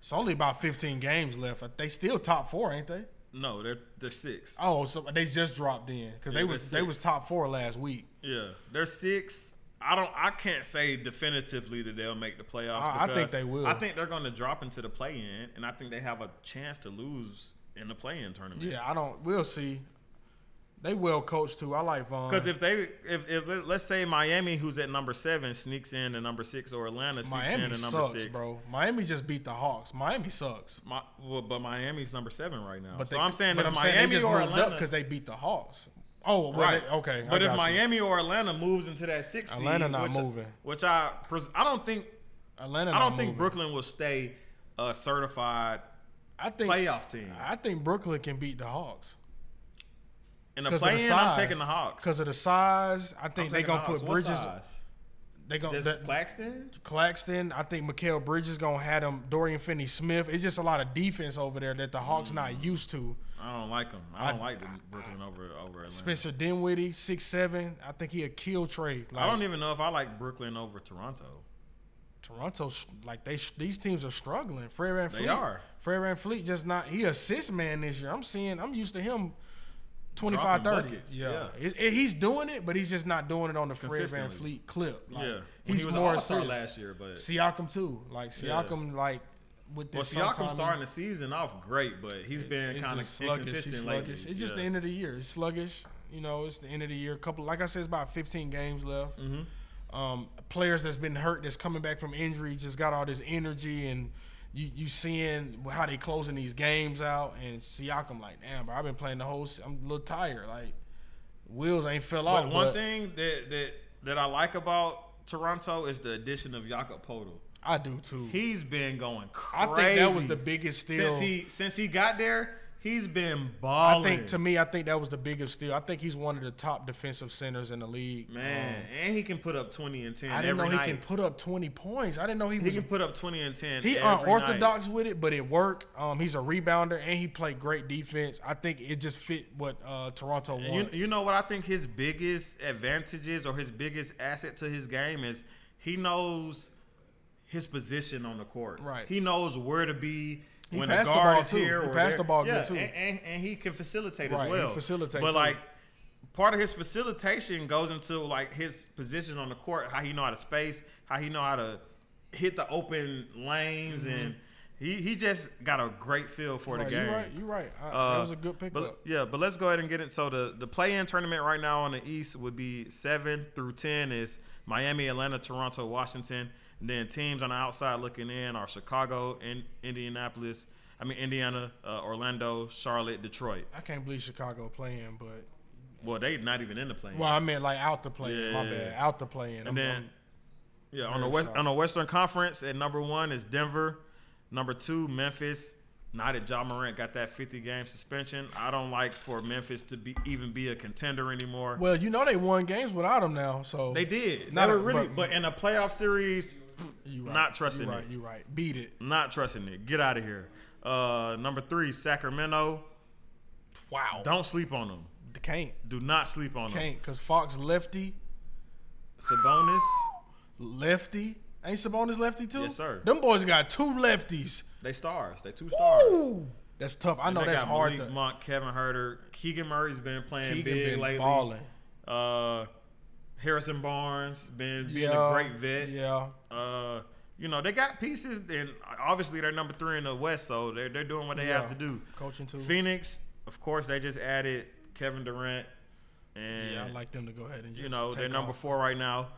[SPEAKER 2] It's only about 15 games left. Uh, They still top four, ain't they?
[SPEAKER 1] no, they're they're six.
[SPEAKER 2] Oh, so they just dropped in because
[SPEAKER 1] Yeah,
[SPEAKER 2] they was
[SPEAKER 1] they're
[SPEAKER 2] they was top four last week.
[SPEAKER 1] Yeah, they're six. I don't. I can't say definitively that they'll make the playoffs.
[SPEAKER 2] I- I think
[SPEAKER 1] because
[SPEAKER 2] they will.
[SPEAKER 1] I think they're going to drop into the play-in, and I think they have a chance to lose in the play-in tournament.
[SPEAKER 2] Yeah, I don't. We'll see. They well coached too. I like Vaughn.
[SPEAKER 1] Because if they, if, if let- let's say Miami, who's at number seven, sneaks in to number six, or Atlanta sneaks in
[SPEAKER 2] Miami
[SPEAKER 1] to number
[SPEAKER 2] sucks,
[SPEAKER 1] six,
[SPEAKER 2] bro. Miami just beat the Hawks. Miami sucks.
[SPEAKER 1] Mi- well, but Miami's number seven right now.
[SPEAKER 2] But
[SPEAKER 1] so
[SPEAKER 2] they,
[SPEAKER 1] I'm saying
[SPEAKER 2] but
[SPEAKER 1] if
[SPEAKER 2] I'm
[SPEAKER 1] Miami
[SPEAKER 2] saying they just
[SPEAKER 1] or
[SPEAKER 2] moved up
[SPEAKER 1] Atlanta,
[SPEAKER 2] because they beat the Hawks. Oh, well,
[SPEAKER 1] right,
[SPEAKER 2] they- okay. I
[SPEAKER 1] But if
[SPEAKER 2] got you.
[SPEAKER 1] Miami or Atlanta moves into that six, seed,
[SPEAKER 2] Atlanta not
[SPEAKER 1] which,
[SPEAKER 2] moving.
[SPEAKER 1] which I, pres- I don't think,
[SPEAKER 2] Atlanta,
[SPEAKER 1] I
[SPEAKER 2] not
[SPEAKER 1] don't think
[SPEAKER 2] moving.
[SPEAKER 1] Brooklyn will stay a certified
[SPEAKER 2] I think
[SPEAKER 1] playoff team
[SPEAKER 2] I think Brooklyn can beat the Hawks
[SPEAKER 1] in the
[SPEAKER 2] because of the
[SPEAKER 1] play-in.
[SPEAKER 2] size.
[SPEAKER 1] I'm taking the Hawks.
[SPEAKER 2] because of the size. I
[SPEAKER 1] I'm
[SPEAKER 2] think they're
[SPEAKER 1] taking the
[SPEAKER 2] gonna put
[SPEAKER 1] Hawks. What
[SPEAKER 2] Bridges.
[SPEAKER 1] size?
[SPEAKER 2] They gonna
[SPEAKER 1] Just
[SPEAKER 2] that,
[SPEAKER 1] Claxton.
[SPEAKER 2] Claxton. I think Mikael Bridges gonna have them. Dorian Finney-Smith. It's just a lot of defense over there that the Hawks not
[SPEAKER 1] Mm.
[SPEAKER 2] used to.
[SPEAKER 1] I don't like them. I don't like the Brooklyn over over Atlanta.
[SPEAKER 2] Spencer Dinwiddie, six seven. I think he'll kill Trey. Like,
[SPEAKER 1] I don't even know if I like Brooklyn over Toronto.
[SPEAKER 2] Toronto, sh- like they, sh- these teams are struggling. Fred Van
[SPEAKER 1] They
[SPEAKER 2] Fleet,
[SPEAKER 1] are.
[SPEAKER 2] Fred Van Fleet just not. He assist man this year. I'm seeing. I'm used to him. 25
[SPEAKER 1] Dropping
[SPEAKER 2] 30
[SPEAKER 1] buckets,
[SPEAKER 2] yeah,
[SPEAKER 1] yeah.
[SPEAKER 2] It- it- he's doing it but he's just not doing it on the Fred Van
[SPEAKER 1] Consistently.
[SPEAKER 2] Fleet clip Like,
[SPEAKER 1] yeah,
[SPEAKER 2] he's
[SPEAKER 1] he was
[SPEAKER 2] more
[SPEAKER 1] an all-star
[SPEAKER 2] assists.
[SPEAKER 1] last year, but
[SPEAKER 2] Siakam too like Siakam like with
[SPEAKER 1] well,
[SPEAKER 2] this
[SPEAKER 1] Siakam
[SPEAKER 2] sometime-
[SPEAKER 1] starting the season off great, but he's been
[SPEAKER 2] It's
[SPEAKER 1] kind of
[SPEAKER 2] just sluggish. He's
[SPEAKER 1] inconsistent
[SPEAKER 2] sluggish.
[SPEAKER 1] lately.
[SPEAKER 2] It's just
[SPEAKER 1] yeah.
[SPEAKER 2] the end of the year. It's sluggish. You know, it's the end of the year. Couple, like I said, it's about 15 games left.
[SPEAKER 1] Mm-hmm.
[SPEAKER 2] Um, players that's been hurt, that's coming back from injury, just got all this energy, and you you seeing how they closing these games out. And Siakam, like, damn, bro, I've been playing the whole. se- I'm a little tired. Like, wheels ain't fell
[SPEAKER 1] But
[SPEAKER 2] off.
[SPEAKER 1] one
[SPEAKER 2] but
[SPEAKER 1] thing that that that I like about Toronto is the addition of Jakob Podol.
[SPEAKER 2] I do too.
[SPEAKER 1] He's been going crazy.
[SPEAKER 2] I think that was the biggest steal.
[SPEAKER 1] since he since he got there. He's been
[SPEAKER 2] I
[SPEAKER 1] balling.
[SPEAKER 2] think to me, I think that was the biggest steal. I think he's one of the top defensive centers in the league.
[SPEAKER 1] man, and he can put up twenty and ten
[SPEAKER 2] um, I didn't
[SPEAKER 1] every
[SPEAKER 2] know he
[SPEAKER 1] night.
[SPEAKER 2] can put up 20 points. I didn't know he
[SPEAKER 1] he
[SPEAKER 2] was.
[SPEAKER 1] can put up twenty and ten.
[SPEAKER 2] He
[SPEAKER 1] every night.
[SPEAKER 2] unorthodox with it, but it worked. Um, he's a rebounder and he played great defense. I think it just fit what uh, Toronto
[SPEAKER 1] And You,
[SPEAKER 2] wanted.
[SPEAKER 1] you know what I think his biggest advantages or his biggest asset to his game is he knows his position on the court.
[SPEAKER 2] Right.
[SPEAKER 1] He knows where to be
[SPEAKER 2] He
[SPEAKER 1] when a
[SPEAKER 2] passed the
[SPEAKER 1] guard
[SPEAKER 2] ball
[SPEAKER 1] is
[SPEAKER 2] too.
[SPEAKER 1] here.
[SPEAKER 2] He
[SPEAKER 1] or
[SPEAKER 2] passed
[SPEAKER 1] there.
[SPEAKER 2] the ball good
[SPEAKER 1] yeah,
[SPEAKER 2] too.
[SPEAKER 1] And, and, and he can facilitate
[SPEAKER 2] Right,
[SPEAKER 1] as
[SPEAKER 2] he
[SPEAKER 1] well.
[SPEAKER 2] facilitates
[SPEAKER 1] But
[SPEAKER 2] too.
[SPEAKER 1] like part of his facilitation goes into like his position on the court, how he know how to space, how he know how to hit the open lanes, and he he just got a great feel for
[SPEAKER 2] Mm-hmm. Right,
[SPEAKER 1] the game.
[SPEAKER 2] you right. You right. I,
[SPEAKER 1] Uh,
[SPEAKER 2] that was a good pickup.
[SPEAKER 1] But, yeah, but let's go ahead and get it. So the the play in tournament right now on the East would be seven through ten is Miami, Atlanta, Toronto, Washington. And then teams on the outside looking in are Chicago, in, Indianapolis. I mean Indiana, uh, Orlando, Charlotte, Detroit.
[SPEAKER 2] I can't believe Chicago playing, but
[SPEAKER 1] Well, they not even in the play.
[SPEAKER 2] well, I meant like out the play. in. My
[SPEAKER 1] Yeah.
[SPEAKER 2] bad, out the play. in. I'm,
[SPEAKER 1] and then yeah, on the
[SPEAKER 2] very
[SPEAKER 1] west
[SPEAKER 2] solid.
[SPEAKER 1] on the Western Conference at number one is Denver. Number two, Memphis. Now that John Morant got that 50 game suspension, I don't like for Memphis to be even be a contender anymore.
[SPEAKER 2] I'm- well, you know they won games without him now, so
[SPEAKER 1] They did.
[SPEAKER 2] Not
[SPEAKER 1] they were
[SPEAKER 2] a-
[SPEAKER 1] really,
[SPEAKER 2] but-
[SPEAKER 1] but, in a playoff series,
[SPEAKER 2] You right.
[SPEAKER 1] not trusting
[SPEAKER 2] You right.
[SPEAKER 1] it.
[SPEAKER 2] You right. Beat it.
[SPEAKER 1] Not trusting it. Get out of here. Uh, number three, Sacramento.
[SPEAKER 2] Wow.
[SPEAKER 1] Don't sleep on them.
[SPEAKER 2] Can't
[SPEAKER 1] Do not sleep on them.
[SPEAKER 2] can't because Fox lefty.
[SPEAKER 1] Sabonis.
[SPEAKER 2] lefty. Ain't Sabonis lefty too?
[SPEAKER 1] Yes, sir.
[SPEAKER 2] Them boys got two lefties.
[SPEAKER 1] They stars. They two stars.
[SPEAKER 2] Ooh, that's tough. I know
[SPEAKER 1] they
[SPEAKER 2] that's
[SPEAKER 1] got
[SPEAKER 2] hard.
[SPEAKER 1] Malik
[SPEAKER 2] to,
[SPEAKER 1] Monk, Kevin Herter, Keegan Murray's been playing
[SPEAKER 2] Keegan
[SPEAKER 1] big
[SPEAKER 2] been
[SPEAKER 1] lately.
[SPEAKER 2] balling.
[SPEAKER 1] Uh, Harrison Barnes been being
[SPEAKER 2] Yeah,
[SPEAKER 1] a great vet.
[SPEAKER 2] Yeah,
[SPEAKER 1] Uh, you know they got pieces, and obviously they're number three in the West, so they're they're doing what they
[SPEAKER 2] Yeah.
[SPEAKER 1] have to do.
[SPEAKER 2] coaching too.
[SPEAKER 1] Phoenix, of course, they just added Kevin Durant, and
[SPEAKER 2] yeah, I like them to go ahead and just
[SPEAKER 1] you know
[SPEAKER 2] take
[SPEAKER 1] they're number
[SPEAKER 2] off.
[SPEAKER 1] four right now.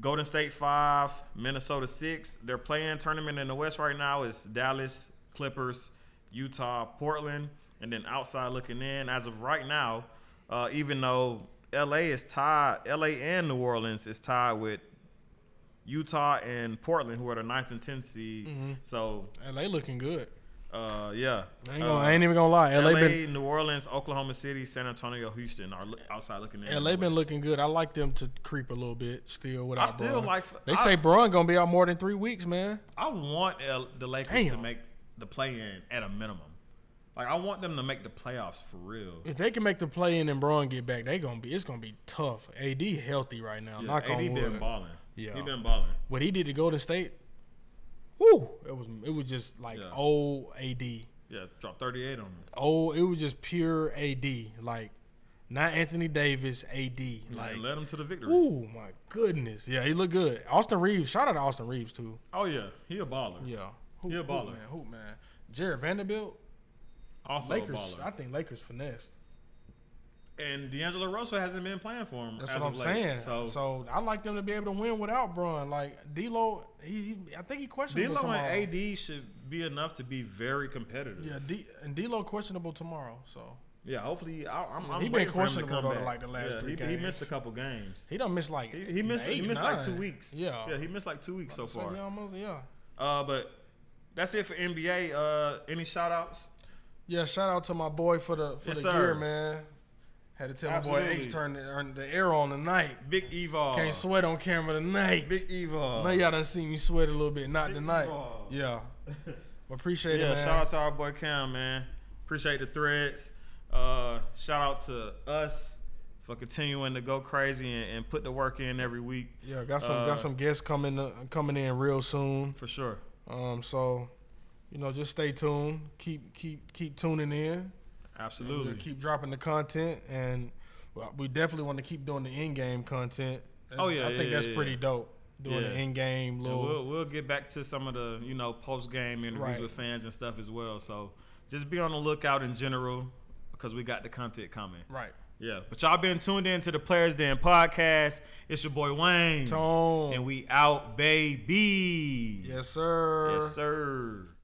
[SPEAKER 1] Golden State five, Minnesota six. Their playing tournament in the West right now is Dallas, Clippers, Utah, Portland, and then outside looking in as of right now. Uh, even though LA is tied, LA and New Orleans is tied with Utah and Portland, who are the ninth and tenth seed. So
[SPEAKER 2] LA looking good.
[SPEAKER 1] uh, yeah,
[SPEAKER 2] Mm-hmm. I ain't,
[SPEAKER 1] Uh,
[SPEAKER 2] gonna, I ain't even gonna lie. LA,
[SPEAKER 1] LA,
[SPEAKER 2] been
[SPEAKER 1] New Orleans, Oklahoma City, San Antonio, Houston are look, outside looking in.
[SPEAKER 2] LA been
[SPEAKER 1] West.
[SPEAKER 2] looking good. I like them to creep a little bit still without.
[SPEAKER 1] I still
[SPEAKER 2] Bron.
[SPEAKER 1] like-
[SPEAKER 2] They
[SPEAKER 1] I-
[SPEAKER 2] say Braun gonna be out more than three weeks, man.
[SPEAKER 1] I want L- the Lakers to
[SPEAKER 2] Damn.
[SPEAKER 1] make the play in at a minimum. Like I want them to make the playoffs for real.
[SPEAKER 2] If they can make the play in and Braun get back, they gonna be. It's gonna be tough. AD healthy right now.
[SPEAKER 1] Yeah,
[SPEAKER 2] Knock
[SPEAKER 1] AD
[SPEAKER 2] on
[SPEAKER 1] been
[SPEAKER 2] wood.
[SPEAKER 1] balling.
[SPEAKER 2] Yeah.
[SPEAKER 1] he been balling.
[SPEAKER 2] What he did to Golden State, whoo! It was it was just like
[SPEAKER 1] Yeah.
[SPEAKER 2] old AD.
[SPEAKER 1] Yeah, dropped thirty eight on him.
[SPEAKER 2] Oh, it was just pure AD. Like not Anthony Davis AD. Like
[SPEAKER 1] Like led them to the victory.
[SPEAKER 2] Ooh, my goodness. Yeah, he looked good. Austin Reeves. Shout out to Austin Reeves, too.
[SPEAKER 1] Oh yeah, he a baller.
[SPEAKER 2] Yeah.
[SPEAKER 1] He a baller.
[SPEAKER 2] man. Who, man? Jared Vanderbilt.
[SPEAKER 1] Also
[SPEAKER 2] Lakers.
[SPEAKER 1] a baller.
[SPEAKER 2] I think Lakers finessed.
[SPEAKER 1] And D'Angelo Russell hasn't been playing for him.
[SPEAKER 2] That's
[SPEAKER 1] as
[SPEAKER 2] what I'm
[SPEAKER 1] of late.
[SPEAKER 2] saying. So,
[SPEAKER 1] So,
[SPEAKER 2] I like them to be able to win without Bron. Like, D'Lo, he, he, I think he questionable
[SPEAKER 1] D'Lo
[SPEAKER 2] tomorrow.
[SPEAKER 1] and AD should be enough to be very competitive.
[SPEAKER 2] Yeah, D, and D'Lo questionable tomorrow. So
[SPEAKER 1] Yeah, hopefully I, I'm.
[SPEAKER 2] Yeah,
[SPEAKER 1] I'm
[SPEAKER 2] he been
[SPEAKER 1] waiting for him to
[SPEAKER 2] questionable
[SPEAKER 1] come
[SPEAKER 2] though,
[SPEAKER 1] back.
[SPEAKER 2] like, the last
[SPEAKER 1] yeah,
[SPEAKER 2] three
[SPEAKER 1] he, he
[SPEAKER 2] games.
[SPEAKER 1] missed a couple games.
[SPEAKER 2] he done miss like
[SPEAKER 1] He, he missed.
[SPEAKER 2] eight,
[SPEAKER 1] he missed like two
[SPEAKER 2] nine.
[SPEAKER 1] weeks.
[SPEAKER 2] Yeah.
[SPEAKER 1] Yeah, he missed like two weeks so
[SPEAKER 2] So,
[SPEAKER 1] far.
[SPEAKER 2] yeah, almost, yeah.
[SPEAKER 1] Uh, but that's it for NBA. Uh, any shout outs?
[SPEAKER 2] Yeah, shout out to my boy for the for
[SPEAKER 1] Yes,
[SPEAKER 2] the
[SPEAKER 1] sir.
[SPEAKER 2] gear, man. Had to tell my boy
[SPEAKER 1] Absolutely.
[SPEAKER 2] H turn the, turn the air on tonight.
[SPEAKER 1] Big Evo.
[SPEAKER 2] Can't sweat on camera tonight.
[SPEAKER 1] Big Evo.
[SPEAKER 2] Now y'all done seen me sweat a little bit, not
[SPEAKER 1] Big
[SPEAKER 2] tonight.
[SPEAKER 1] ball.
[SPEAKER 2] Yeah. But appreciate
[SPEAKER 1] yeah,
[SPEAKER 2] it, man.
[SPEAKER 1] shout out to our boy Cam, man. Appreciate the threads. Uh, shout out to us for continuing to go crazy and, and put the work in every week
[SPEAKER 2] yeah, got some
[SPEAKER 1] Uh,
[SPEAKER 2] got some guests coming uh, coming in real soon.
[SPEAKER 1] for sure.
[SPEAKER 2] Um, so you know, just stay tuned. Keep keep keep tuning in. We'll
[SPEAKER 1] Absolutely.
[SPEAKER 2] keep dropping the content, and well, we definitely want to keep doing the in game content. That's-
[SPEAKER 1] Oh, yeah,
[SPEAKER 2] I
[SPEAKER 1] yeah,
[SPEAKER 2] think
[SPEAKER 1] yeah,
[SPEAKER 2] that's
[SPEAKER 1] yeah.
[SPEAKER 2] pretty dope. Doing the
[SPEAKER 1] Yeah.
[SPEAKER 2] in game
[SPEAKER 1] And
[SPEAKER 2] little.
[SPEAKER 1] we'll we'll get back to some of the you know post game interviews
[SPEAKER 2] Right.
[SPEAKER 1] with fans and stuff as well. So just be on the lookout in general because we got the content coming.
[SPEAKER 2] right.
[SPEAKER 1] Yeah, but y'all been tuned in to the Players Den podcast. It's your boy Wayne,
[SPEAKER 2] Tone.
[SPEAKER 1] and we out, baby.
[SPEAKER 2] yes, sir.
[SPEAKER 1] Yes, sir.